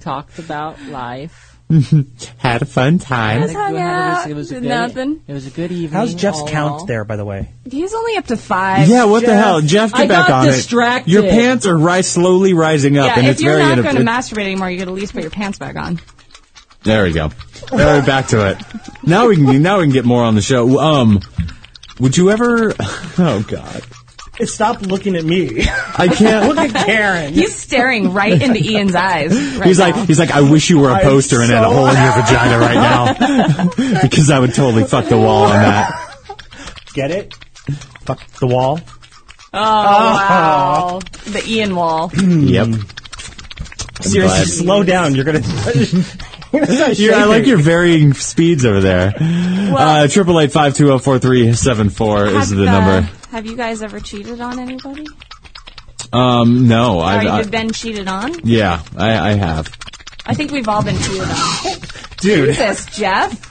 Talked about life. had a fun time. Just hung out, did nothing. It was a good evening. How's Jeff's all in count all. there, by the way? He's only up to five. Yeah, what the Jeff, hell, Jeff? Get I back got on distracted. it. Your pants are ri- slowly rising up, Yeah, and if it's you're very not inap- going to masturbate anymore, you could at least put your pants back on. There we go. All right, back to it. Now we can now we can get more on the show. Um, would you ever? Oh God, Stop looking at me. I can't. Look at Karen. He's staring right into Ian's eyes. Right He's now. like, he's like, I wish you were a I'm poster and had a so- hole in your vagina right now, because I would totally fuck the wall on that. Get it? Fuck the wall. wow, the Ian wall. Yep. Seriously, glad. slow down. You're gonna. You're, I like your varying speeds over there. Triple eight five two zero four three seven four Uh, is the uh, number. Have you guys ever cheated on anybody? Um, no, Or I, I you've been cheated on? yeah, I, I have. I think we've all been cheated on. dude. Jesus, Jeff.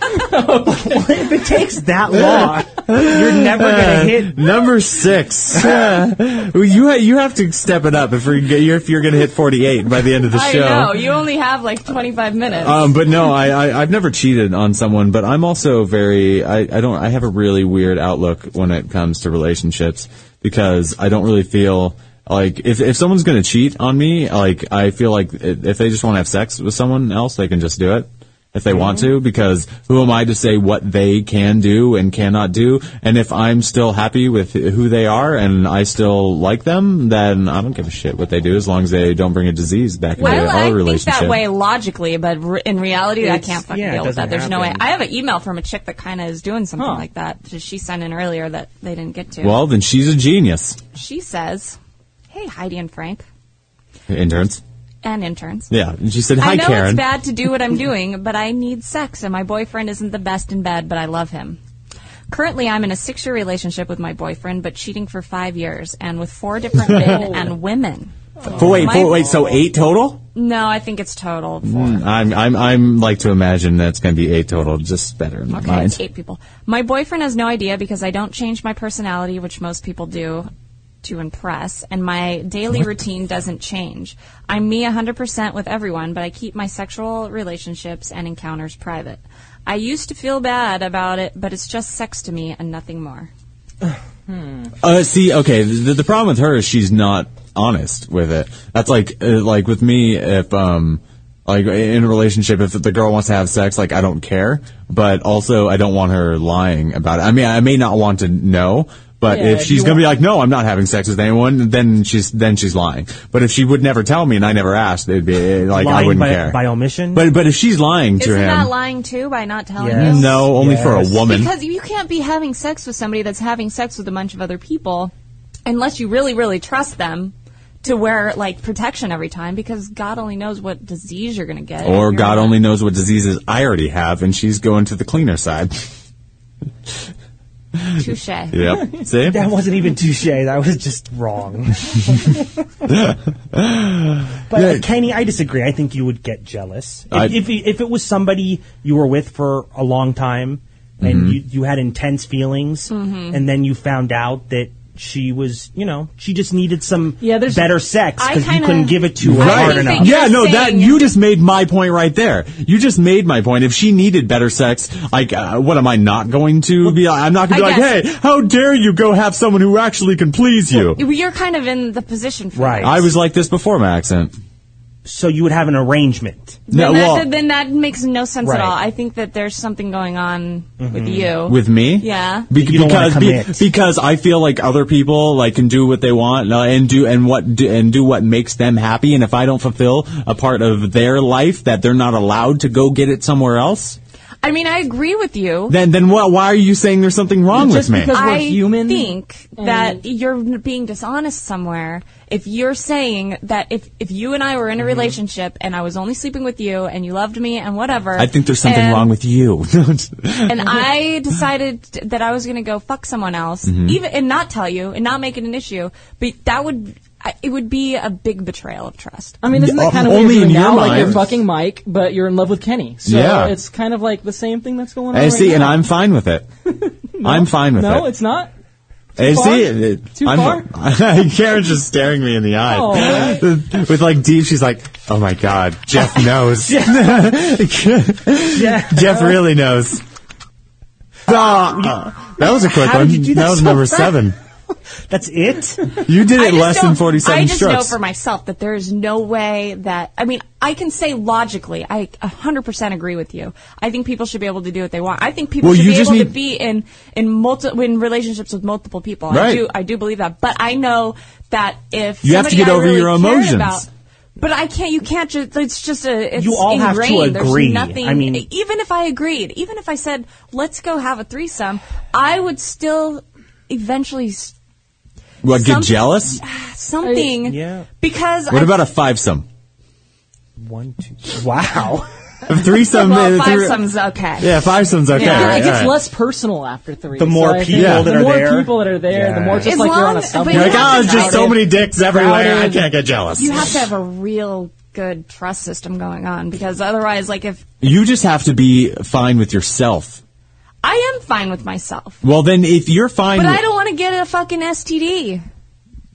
If it takes that long, you're never gonna hit. Number six. Yeah. Well, you ha- you have to step it up if you're g- you're- if you're going to hit 48 by the end of the I show. know you only have like 25 minutes. Um, but no, I, I I've never cheated on someone, but I'm also very I, I don't I have a really weird outlook when it comes to relationships because I don't really feel like if if someone's going to cheat on me, like I feel like i- if they just want to have sex with someone else, they can just do it if they want to because who am I to say what they can do and cannot do? And if I'm still happy with who they are and I still like them, then I don't give a shit what they do as long as they don't bring a disease back into well, our I think relationship. that way logically, but re- in reality, I can't fucking yeah, it deal with that. doesn't There's no way. happen. I have an email from a chick that kind of is doing something Huh. like that. that She sent in earlier that they didn't get to. Well, then she's a genius. she says, "Hey, Heidi and Frank Interns. and interns." Yeah. And she said, I Hi, know Karen. it's bad to do what I'm doing, but I need sex, and my boyfriend isn't the best in bed, but I love him. Currently, I'm in a six year relationship with my boyfriend, but cheating for five years, and with four different men and women. Four, wait, My- four, wait. So eight total? No, I think it's total. Four. I'm, I'm, I'm like to imagine that's going to be eight total. Just better in my Okay, mind. it's eight people. My boyfriend has no idea because I don't change my personality, which most people do, to impress, and my daily routine doesn't change. I'm me 100% with everyone, but I keep my sexual relationships and encounters private. I used to feel bad about it, but it's just sex to me and nothing more. Uh, see, okay, the, the problem with her is she's not honest with it. That's like, uh, like with me, if um, like in a relationship, if the girl wants to have sex, like I don't care, but also I don't want her lying about it. I mean, I may not want to know. But Yeah, if if she's you gonna be like, no, I'm not having sex with anyone, then she's then she's lying. But if she would never tell me and I never asked, it'd be uh, like I Lying wouldn't by- care by omission? But but if she's lying to Isn't him, that lying too by not telling Yes. you? no, only for a Yes. woman. Because you can't be having sex with somebody that's having sex with a bunch of other people unless you really, really trust them to wear like protection every time because God only knows what disease you're going to get. Or You're God gonna- only knows what diseases I already have, and she's going to the cleaner side. Touche. Yep. See? That wasn't even touche. That was just wrong. but uh, Kenny, I disagree. I think you would get jealous if, I- if if it was somebody you were with for a long time and you, you had intense feelings, Mm-hmm. and then you found out that she was, you know, she just needed some Yeah, there's- better sex I because you kinda- couldn't give it to her Right. hard I enough. think Yeah, you're no, that saying- you just made my point right there. You just made my point. If she needed better sex, like, uh, what am I not going to be? I'm not going to I be like, guess- hey, how dare you go have someone who actually can please you? You're kind of in the position for Right. that. I was like this before my accent. So you would have an arrangement. No, then, that, well, then that makes no sense Right. Mm-hmm. at all. I think that there's something going on with you. with me, Yeah. Be- You don't wanna because be- commit. because I feel like other people like can do what they want uh, and do and what do, and do what makes them happy. And if I don't fulfill a part of their life that they're not allowed to go get it somewhere else, I mean, I agree with you. then then what? Why are you saying there's something wrong Just with me? because- we're I human think and- that you're being dishonest somewhere if you're saying that if, if you and I were Mm-hmm. in a relationship and I was only sleeping with you and you loved me and whatever. I think there's something and- wrong with you. and I decided that I was going to go fuck someone else, Mm-hmm. even and not tell you and not make it an issue. But that would I- it would be a big betrayal of trust. I mean, isn't that kind of Only what you're in doing your now? Like you're mind. fucking Mike, but you're in love with Kenny. So Yeah. it's kind of like the same thing that's going on. I right Eh, see, and now. I'm fine with it. I'm fine with it. No, it's not. Hey, far? see, it- it- Too I'm, Karen's just staring me in the eye Oh, with like deep. She's like, "Oh my God, Jeff knows. Jeff really knows." Ah, that was a quick How one. did you do that was so number fast? seven. That's it. You did I it just less don't- than forty-seven I just know strokes. for myself that there is no way that I mean I can say logically I 100% agree with you. I think people should be able to do what they want. I think people Well, should you be just able to need- be in in multi in relationships with multiple people. I Right. do I do believe that, but I know that if You have to somebody get I over really your cared emotions. About, but I can't. You can't just. It's just a. It's You all have to ingrained. There's agree. nothing- I mean- even if I agreed, even if I said, "Let's go have a threesome," I would still eventually s- What get some- jealous? something. yeah. Because What I, about a fivesome? One, two. Wow. A threesome? well, uh, three- fivesome's okay. Yeah, fivesome's okay. Yeah, Yeah, right, it gets right. less personal after three. The more so I think people Yeah. that are the more there. people that are there, the Yeah. more just As like you're on long- a but subway. you You're like, have oh, to it's just so crowded- many dicks everywhere. I crowded- can't get jealous. You have to have a real good trust system going on because otherwise, like if you just have to be fine with yourself. I am fine with myself, Well, then, if you're fine, but with- I don't want to get a fucking STD.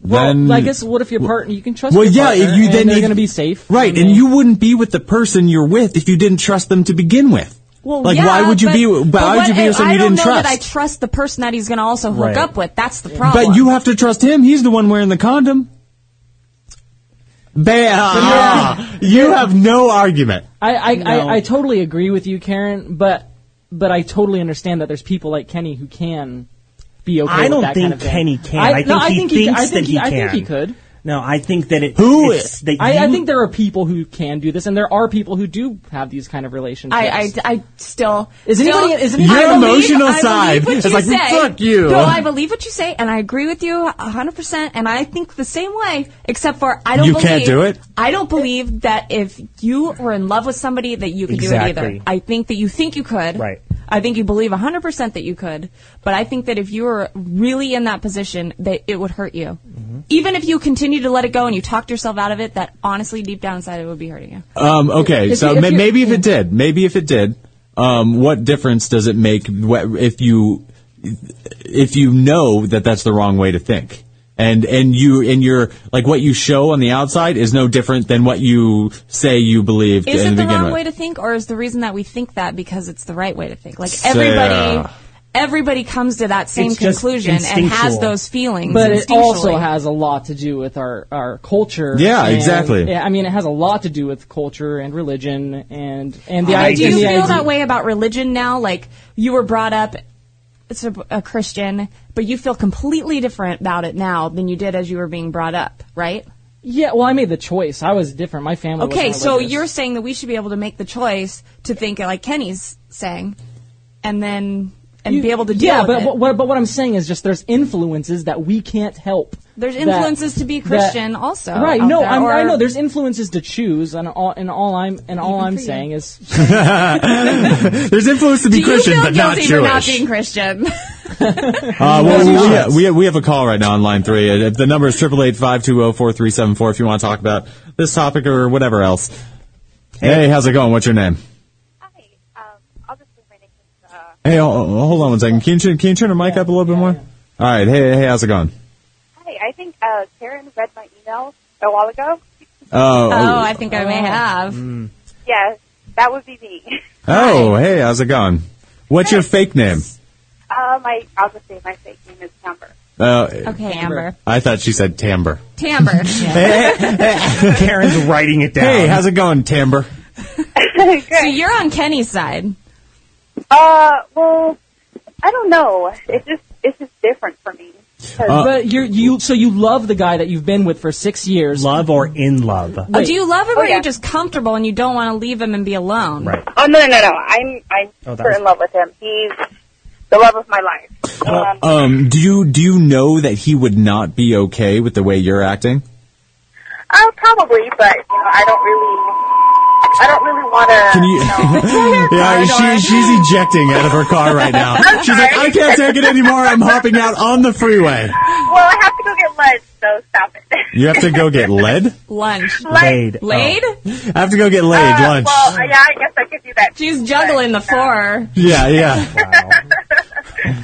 then I guess what if your partner? You can trust. well, your yeah, partner, if you and then they're if- going to be safe, right? And you wouldn't be with the person you're with if you didn't trust them to begin with. Well, like yeah, why would you but, be? Why but would you what be with if- someone I you don't didn't know trust? That I trust the person that he's going to also hook Right. up with. That's the problem. but you have to trust him. He's the one wearing the condom. Bah, you have no argument. I I, I I totally agree with you, Karen. But but I totally understand that there's people like Kenny who can be okay. I with don't that think kind of thing. Kenny can. I no, think he I thinks think that he I think can. he could. No, I think that it. Who it's, is- that I, I you- think there are people who can do this, and there are people who do have these kind of relationships. I, I, I still. Is still- anybody- is I anybody- Your believe- emotional I believe side what is you like, say. "Fuck you." No, I believe what you say, and I agree with you 100%, and I think the same way, except for I don't You believe. can't do it? I don't believe that if you were in love with somebody that you could do it Exactly. either. I think that you think you could. Right. I think you believe 100% that you could, but I think that if you were really in that position, that it would hurt you. Mm-hmm. Even if you continue to let it go and you talked yourself out of it, that honestly, deep down inside, it would be hurting you. Um, okay, If so you- if ma- you- maybe if it did, maybe if it did, um, what difference does it make wh- if you if you know that that's the wrong way to think? And and you and your like what you show on the outside is no different than what you say you believe. Is in it the begin wrong with. way to think, or is the reason that we think that because it's the right way to think? Like Say, uh, everybody, everybody comes to that same It's just conclusion and has instinctual. those feelings. But it also instinctually. has a lot to do with our, our culture. Yeah, and- exactly. Yeah, I mean, it has a lot to do with culture and religion and and the I idea. Do you and the feel idea- that way about religion now? Like you were brought up as a, a Christian, but you feel completely different about it now than you did as you were being brought up, right? Yeah, well, I made the choice. I was different. My family. Okay, wasn't so religious. you're saying that we should be able to make the choice to think like Kenny's saying, and then and be able to deal yeah, with but it. what- what, but what I'm saying is just there's influences that we can't help. There's That- influences to be Christian also Right? out No, there, I'm, I or- know there's influences to choose, and all and all I'm and all Even I'm for you. saying is There's influence to be Do you Christian, feel but guilty not for not Jewish. being Christian? Uh, well, we, we, we, have, we have a call right now on line three. Uh, The number is triple eight five two zero four three seven four. If you want to talk about this topic or whatever else. Hey, how's it going? What's your name? Hi. Um, I'll just leave my name. Uh, Hey, oh, oh, hold on one second. Can you turn, can you turn the mic up a little bit more? All right. Hey, hey, how's it going? hi. I think uh, Karen read my email a while ago. Oh, oh, oh, I think I may have. Yes, that would be me. oh, hey, how's it going? What's your fake name? Uh, my, I'll just say my fake name is Amber. Uh, Okay, Amber. I thought she said Tamber. Tamber. Karen's writing it down. Hey, how's it going, Tamber? So you're on Kenny's side. Uh, well, I don't know. It's just it's just different for me. 'Cause- Uh, but you're you so you love the guy that you've been with for six years. love or in love? Oh, do you love him or Oh, yeah. you're just comfortable and you don't want to leave him and be alone? Right. oh no no no! no. I'm I'm Oh, that super was- Uh, in love with him. He's the love of my life. Um, Um, do you do you know that he would not be okay with the way you're acting? uh, probably, but you know, I don't really, I don't really want to. Can you? yeah, she, she's ejecting out of her car right now. She's like, I can't take it anymore. I'm hopping out on the freeway. well, I have to go get lunch, so stop it. You have to go get lead. Lunch. Laid. Oh. Laid? I have to go get laid Uh, lunch. Well, yeah, I guess I could do that. She's too, juggling the but, uh, four. Yeah, yeah.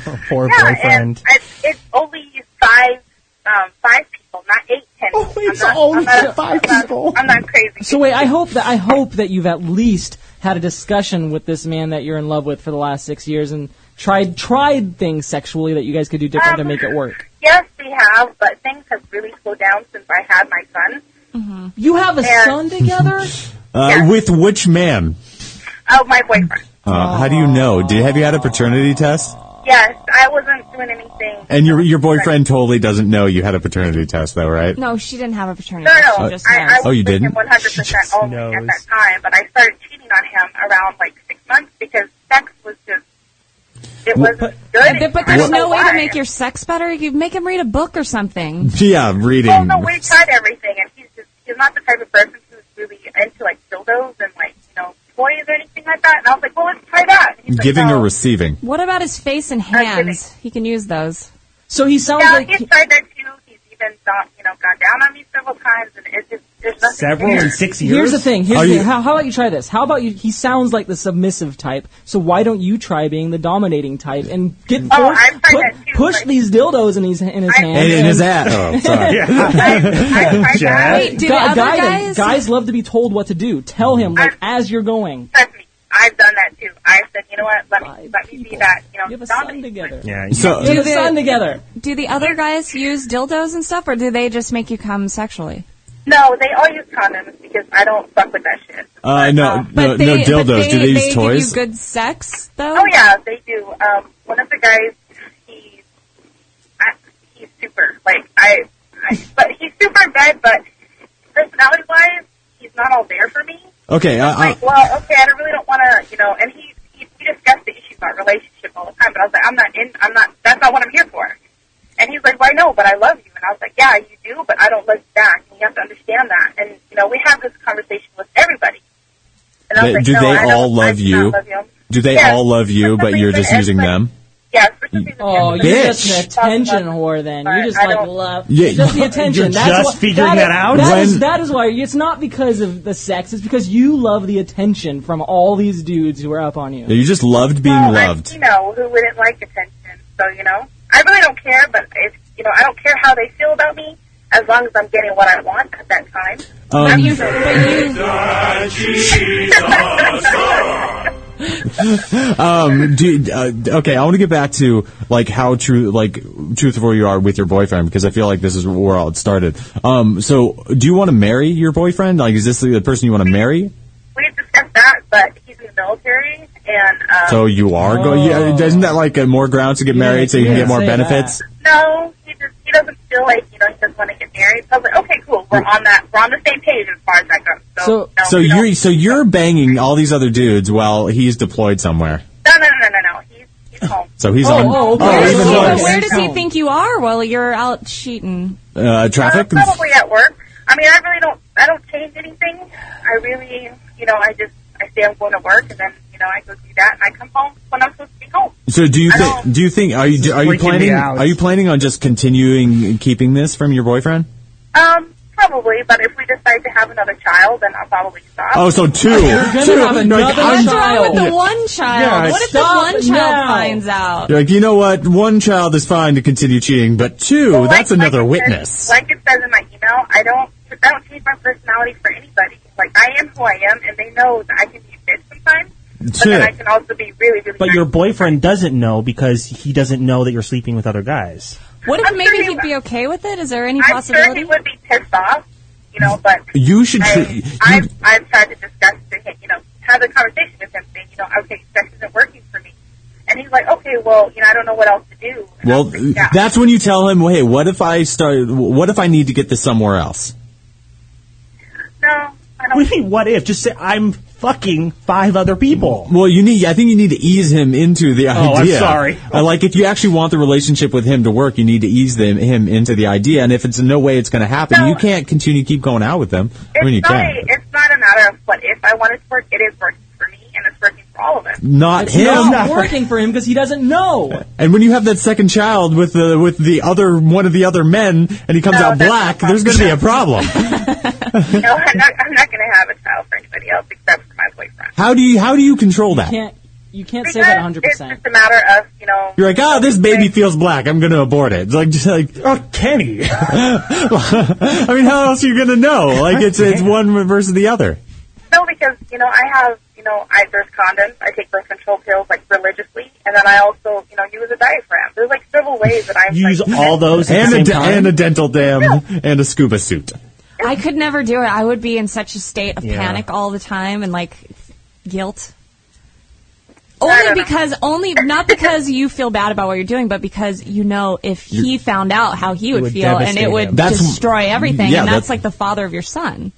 Oh, Poor Yeah, boyfriend. and it's, it's only five, um, five people, not eight, ten. Oh, it's I'm not, only I'm not, five I'm not- people. I'm not crazy. So wait, I hope that I hope that you've at least had a discussion with this man that you're in love with for the last six years and tried tried things sexually that you guys could do different to Um, make it work. Yes, we have, but things have really slowed down since I had my son. You have a there. son together. Uh, with which man? Oh, my boyfriend. Uh, how do you know? Did have you had a paternity test? Yes, I wasn't doing anything. And your your boyfriend totally doesn't know you had a paternity test, though, right? No, she didn't have a paternity. No, test, no, She just I, I knows. was Oh, you with him didn't? 100% only at knows. that time, but I started cheating on him around like six months because sex was just. It wasn't good. But, but anymore. there's I no don't know way to why. make your sex better. You make him read a book or something. Yeah, Well, uh, reading. Oh, no, we tried everything, and he's just—he's not the type of person who's really into like dildos and like you know toys or anything like that. And I was like, well, let's try that. And he's like, Giving no. or receiving? What about his face and kidding. hands? He can use those. So he sounds Yeah, like he's tried that too. He's even got you know gone down on me several times, and it's just there's nothing. Several there. in six years. Here's the thing. Here's Are the you- thing. How, how about you try this? How about you? He sounds like the submissive type. So why don't you try being the dominating type and get Oh, forced- I've tried put- that too, push but- these dildos in his in his I- hand And in his ass. Oh, sorry. I, I tried that. Wait, do Gu- the other guide him. guys? guys love to be told what to do. Tell him like as you're going. Trust me, I've done that too. I said, you know what? Let me Five let me be people. that. You know, You have a dominant. son together. Yeah. you- So You have a Do the- son together. Do the other guys use dildos and stuff, or do they just make you come sexually? No, they all use condoms because I don't fuck with that shit. uh, no, no, no dildos. But they, Do they they use toys? Give you good sex though. Oh yeah, they do. Um, one of the guys, he's I, he's super. Like I, I, but he's super in bed. But personality wise, he's not all there for me. Okay, uh, uh, Like, well, okay, I don't- really don't want to, you know. And he, he we discussed the issues in our relationship all the time. But I was like, I'm not in. I'm not. That's not what I'm here for. And he's like, well, I know, but I love you. And I was like, yeah, you do, but I don't love you back. And you have to understand that. And you know, we have this conversation with everybody. And I was They- like, do no, they I don't- all I love do not you? love you? Do they Yeah. all love you, but you're just using them? Yes, for some reason. Oh, yes. you're Bitch. just an attention whore then. You just I like don't- love Yeah, just the you- attention. you're That's just what- figuring that out? That is, When- that is why it's not because of the sex, it's because you love the attention from all these dudes who are up on you. You just loved being Well, I, loved. you know, who wouldn't like attention? So you know, I really don't care. But if you know, I don't care how they feel about me as long as I'm getting what I want at that time. Um, You, but you, Um, do, uh, okay, I want to get back to like how true, like truthful you are with your boyfriend because I feel like this is where all it started. Um, so do you want to marry your boyfriend? Like, is this the person you want to marry? We discussed that, but he's in the military, and um, So you are going. Yeah, isn't that like uh, more grounds to get married so you can yeah, get more say benefits? no, he just he doesn't feel like you know he doesn't want to get married. So I was like, okay, cool, we're on that, we're on the same page as far as that So- goes. So, no, So no. you're so you're banging all these other dudes while he's deployed somewhere. no, no, no, no, no, no. He's he's home. So he's Oh, on oh, okay. oh, even So but worse. where does he think you are while you're out cheating? uh, Uh, traffic. probably at work. I mean, I really don't. I don't change anything. I really, you know, I just I say I'm going to work, and then you know I go do that, and I come home when I'm supposed to be home. So do you I think? don't- Do you think? Are you are Freaking you me planning? out. Are you planning on just continuing keeping this from your boyfriend? Um, probably, but if we decide to have another child, then I'll probably stop. Oh, so two. gonna two. have No, another I'm- What's child. wrong with the one child? Yeah, what if the stop one child now. finds out? You're like, you know what? One child is fine to continue cheating, but two, Well, that's like- another like it witness. Says, like it says in my email, I don't, I don't change my personality for anybody. Like I am who I am, and they know that I can be a bitch sometimes, but then Shit. I can also be really, really. But nice. your boyfriend doesn't know because he doesn't know that you're sleeping with other guys. What if I'm maybe sure he he'd be okay with it? Is there any I'm sure possibility? he would be pissed off, you know. But you should. tr- I, you- I've, I've tried to discuss to him, you know, have a conversation with him, saying, you know, okay, sex isn't working for me, and he's like, okay, well, you know, I don't know what else to do. And well, I'm like, yeah. that's when you tell him, hey, what if I start? What if I need to get this somewhere else? no, I What don't. do you mean, what if? Just say, I'm fucking five other people. Well, you need. I think you need to ease him into Oh, the I'm idea. sorry. Uh, like, if you actually want the relationship with him to work, you need to ease them, him into the idea. And if it's in no way it's going to happen, No. you can't continue to keep going out with them. I It's mean, you not. can. A, it's not a matter of what if I want it to work. It is working for me, and it's working for all of us. Not It's him. not working for him because he doesn't know. And when you have that second child with the with the other one of the other men, and he comes No, out that's black, not there's going to be a problem. No, I'm not. I'm not going to have a child for anybody else except for my boyfriend. how do you how do you control that? Can't you can't say Because that 100. it's percent just a matter of you know. You're like, oh, this baby feels black. I'm going to abort it. It's like, just like, Oh, Kenny. I mean, how else are you going to know? Like, it's it's one versus the other. No, because you know I have you know I there's condoms. I take birth control pills like religiously, and then I also you know use a diaphragm. There's like several ways that I'm You use like, all those at And the a same de- time? and a dental dam and a scuba suit. I could never do it. I would be in such a state of Yeah. panic all the time and like guilt. I don't Only know. because, only not because you feel bad about what you're doing, but because you know if he found out how he would, would feel, and devastate it would him. That's- destroy everything. yeah, and that's that's- like the father of your son.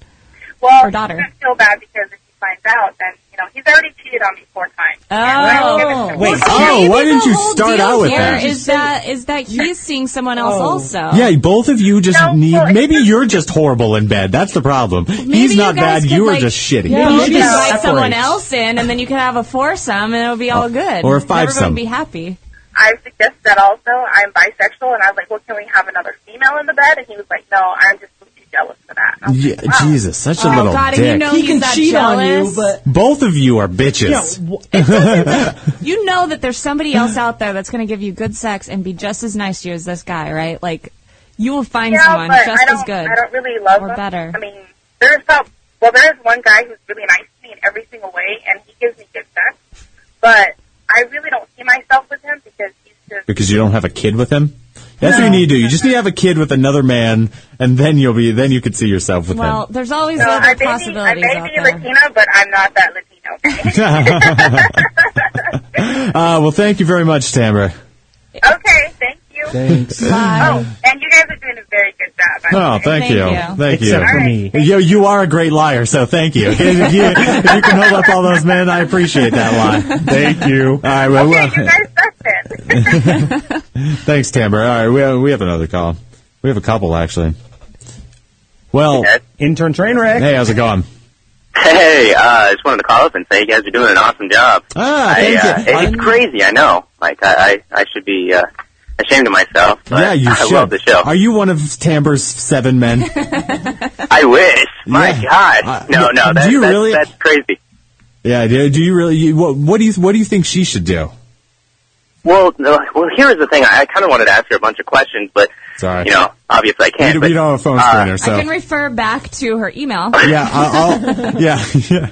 Well, or daughter. I feel bad because if he finds out, then you know he's already cheated on me four times. Oh. Wait, Oh, why Maybe didn't the you whole start deal out with here that? Is that is that he's seeing someone else also? Yeah, both of you just No, need. well, it's Maybe just- you're just horrible in bed. That's the problem. He's you not bad. guys could, You are like- just shitty. Yeah, You maybe could invite separate. someone else in, and then you could have a foursome, and it'll be all good. Oh, Or a fivesome. Everyone would be happy. I suggested that also. I'm bisexual, and I was like, well, can we have another female in the bed? And he was like, no, I'm just too jealous for that. And I was Yeah, like, wow. Jesus, such a Oh, little God, dick. and you know He he's can that cheat on you, jealous. but both of you are bitches. Yeah, wh- you know that there's somebody else out there that's going to give you good sex and be just as nice to you as this guy, right? Like, you will find Yeah, someone but I just don't, as good. I don't really love Or them. better. I mean, there's some, well, there's one guy who's really nice to me in every single way, and he gives me good sex, but I really don't see myself with him because he's just. because you don't have a kid with him. That's what you need to do. You just need to have a kid with another man, and then you'll be then you could see yourself with well, there's always So other I may be, I possibilities may out be there. Latina, but I'm not that Latino. okay, him. uh, well, thank you very much, Tamara. thank you. Thanks. Oh, and you guys are doing a very good job. Oh, thank, Thank you. you. thank Except for you. me. Yo, you are a great liar, so thank you. Okay, if you. If you can hold up all those men, I appreciate that lie. Thank you. All right, well, Okay, well, you guys suck then. thanks, Tamara. All right, we have, we have another call. We have a couple actually. Well, Intern train wreck. hey, how's it going? Hey, uh, I just wanted to call up and say you guys are doing an awesome job. Ah, I, thank uh, you. it- I'm- It's crazy, I know. Like, I, I, I should be uh, ashamed of myself. But yeah, you I should. love the show. Are you one of Tamber's seven men? I wish. My Yeah. God. Uh, no, yeah, no, do that's, you that's, really- that's crazy. yeah. Do, do you really? You, what, what do you What do you think she should do? Well, no, well, here's the thing. I, I kind of wanted to ask her a bunch of questions, but, Sorry. you know, obviously I we, can't. we but, don't have a phone uh, screener, I can so refer back to her email. yeah, I'll, I'll, yeah, yeah.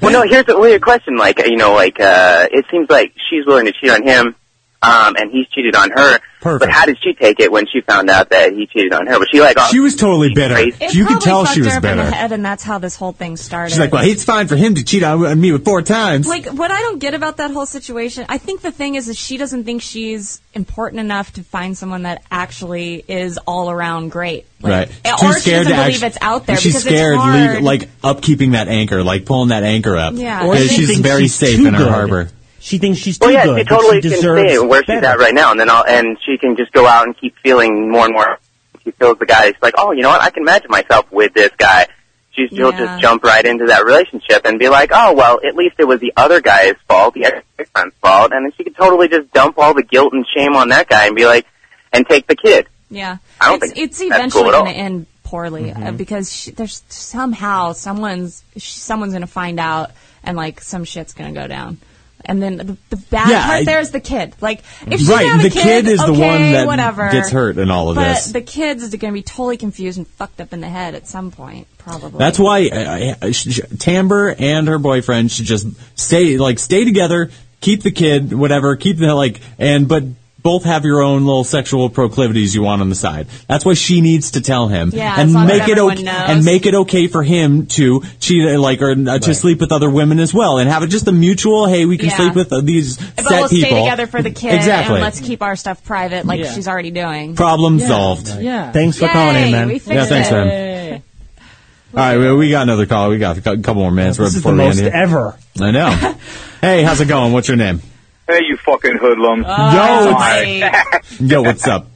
Well, no. Here's a weird question. Like, you know, like uh, it seems like she's willing to cheat on him, um, and he's cheated on her. But Perfect. how did she take it when she found out that he cheated on her? Was she like, oh, She was totally bitter. It you could probably tell she fucked was her up In bitter. the head, and that's how this whole thing started. She's like, well, it's fine for him to cheat on me with four times. Like, what I don't get about that whole situation, I think the thing is, is she doesn't think she's important enough to find someone that actually is all around great. Like, right. Or she doesn't believe act- it's out there She's because scared, it's hard. leave- like upkeeping that anchor, like pulling that anchor up. Yeah. Because Or she she's thinks very she's safe too in her good. harbor. She thinks she's too Well, yeah, good. she but totally she can deserves stay where she's better. at right now, and then I'll, and she can just go out and keep feeling more and more. She feels the guy. She's like, oh, you know what? I can match myself with this guy. She's, She'll Yeah. just jump right into that relationship and be like, oh, well, at least it was the other guy's fault, the ex-boyfriend's fault, and then she could totally just dump all the guilt and shame on that guy and be like, and take the kid. yeah. I don't it's, think it's that's eventually cool at all. going to end poorly Mm-hmm. uh, because she, there's somehow someone's she, someone's going to find out, and like some shit's going to go down. And then the, the bad Yeah, part I- there is the kid. Like, if she right. had a The kid, is the okay, one that whatever. gets hurt in all of But this. the kids is going to be totally confused and fucked up in the head at some point, probably. That's why I, I, sh- sh- Tamber and her boyfriend should just stay, like, stay together, keep the kid, whatever, keep the like, and but both have your own little sexual proclivities you want on the side. That's why she needs to tell him Yeah, and as long as make it everyone okay, knows. and make it okay for him to cheat, uh, like, or uh, to sleep with other women as well, and have it just a mutual. Hey, we can Yeah. sleep with uh, these But set we'll people. stay together for the kid, Exactly. and let's keep our stuff private, like Yeah. she's already doing. Problem solved. Yeah. Thanks for Yay, calling in, man. we fixed Yeah, thanks, it. man. Hey. All right, we, we got another call. We got a cou- couple more minutes right This is before the we most end here. ever. I know. hey, how's it going? What's your name? Hey, you fucking hoodlums. Oh Yo, what's, Hey. yo, what's up?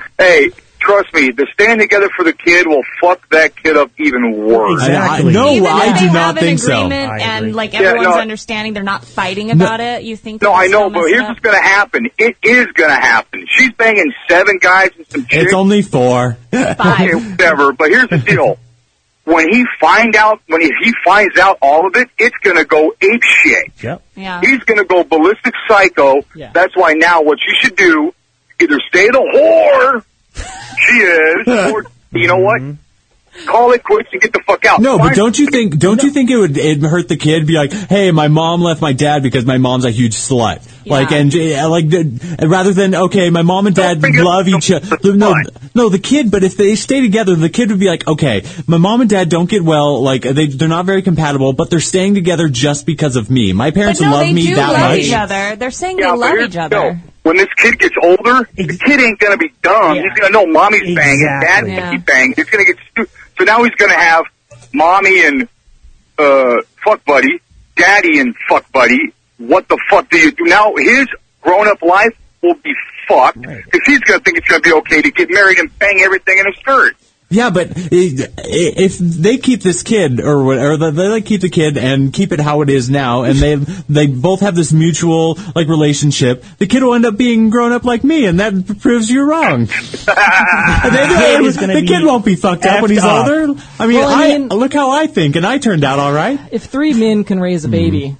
Hey, trust me, the stand together for the kid will fuck that kid up even worse. I- I- Exactly. no, Even Oh, I if do they not have think an so. agreement I agree. and like no, everyone's I- understanding, they're not fighting about it. You think? No, that I it's know, still but messed here's up? what's going to happen. It is going to happen. She's banging seven guys and some chicks. It's only four. Five. okay, whatever. But here's the deal: when he find out, when he, he finds out all of it, it's going to go ape shit. Yep. Yeah. He's going to go ballistic psycho. Yeah. That's why now what you should do: either stay the whore, she is, or you know what? Call it quits and get the fuck out. Mm-hmm. No, but Find- don't you think? Don't you think it would it hurt the kid? Be like, hey, my mom left my dad because my mom's a huge slut. Like, Yeah. and uh, like, the- rather than okay, my mom and dad Don't forget- love each other. No, no, the kid. But if they stay together, the kid would be like, okay, my mom and dad don't get well. Like, they they're not very compatible, but they're staying together just because of me. My But parents no, love they me do that love much. each other. They're saying Yeah, they but love here's each the other. deal. When this kid gets older, the Ex- kid ain't gonna be dumb. Yeah. He's gonna know mommy's banging, Exactly. dad's Yeah. gonna keep banging. It's gonna get stu- so now he's gonna have mommy and uh fuck buddy, daddy and fuck buddy. What the fuck do you do now? His grown up life will be fucked because he's gonna think it's gonna be okay to get married and bang everything in his skirt. Yeah, but i- if they keep this kid or what- or they they, like keep the kid and keep it how it is now, and they they both have this mutual like relationship, the kid will end up being grown up like me, and that proves you're wrong. kid the is kid, gonna the be kid won't be fucked up when effed he's up. older. I mean, Well, I mean- I look how I think, and I turned out all right. If three men can Mm-hmm. raise a baby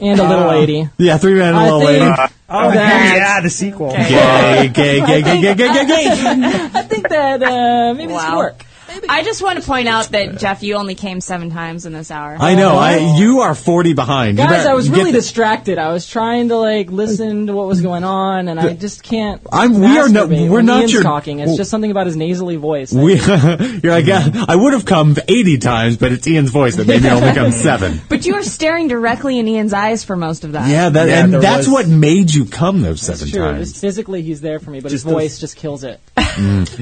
and a little Uh, lady, Yeah, three men and a I little lady. think Oh, that- yeah, the sequel. Gay, gay, gay, gay, gay, gay, gay, gay. I think that uh, maybe this could Wow. work. I just want to point out that Jeff, you only came seven times in this hour. I know. I you are forty behind. You Guys, better I was get really the- distracted. I was trying to like listen to what was going on, and I just can't. I'm- we are no- masturbate we're when not Ian's your- talking. It's just something about his nasally voice. We, you're like, "Uh, I would have come 80 times, but it's Ian's voice that made me only come seven. But you were staring directly in Ian's eyes for most of that. Yeah, that, Yeah, and there that's was- what made you come those seven It's true. Just times. physically, he's there for me, but Just his those- voice just kills it.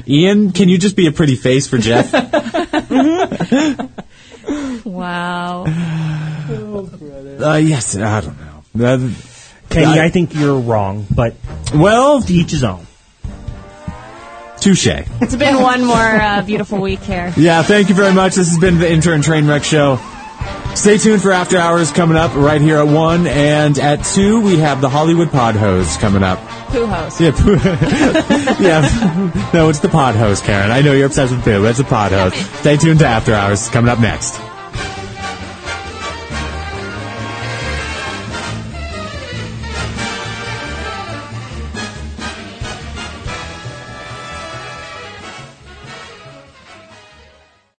Ian, can you just be a pretty face for Jeff? Wow. uh, yes, I don't know. That- Kenny, I think you're wrong, but well, to each his own. touche. It's been one more uh, beautiful week here. Yeah, thank you very much. This has been the Intern Trainwreck Show. Stay tuned for After Hours coming up right here at 1. And at 2, we have the Hollywood Pod Hose coming up. Poo host. Yeah, poo- yeah. No, it's the pod hose, Karen. I know you're obsessed with poo. but It's the pod hose. Stay tuned to After Hours coming up next.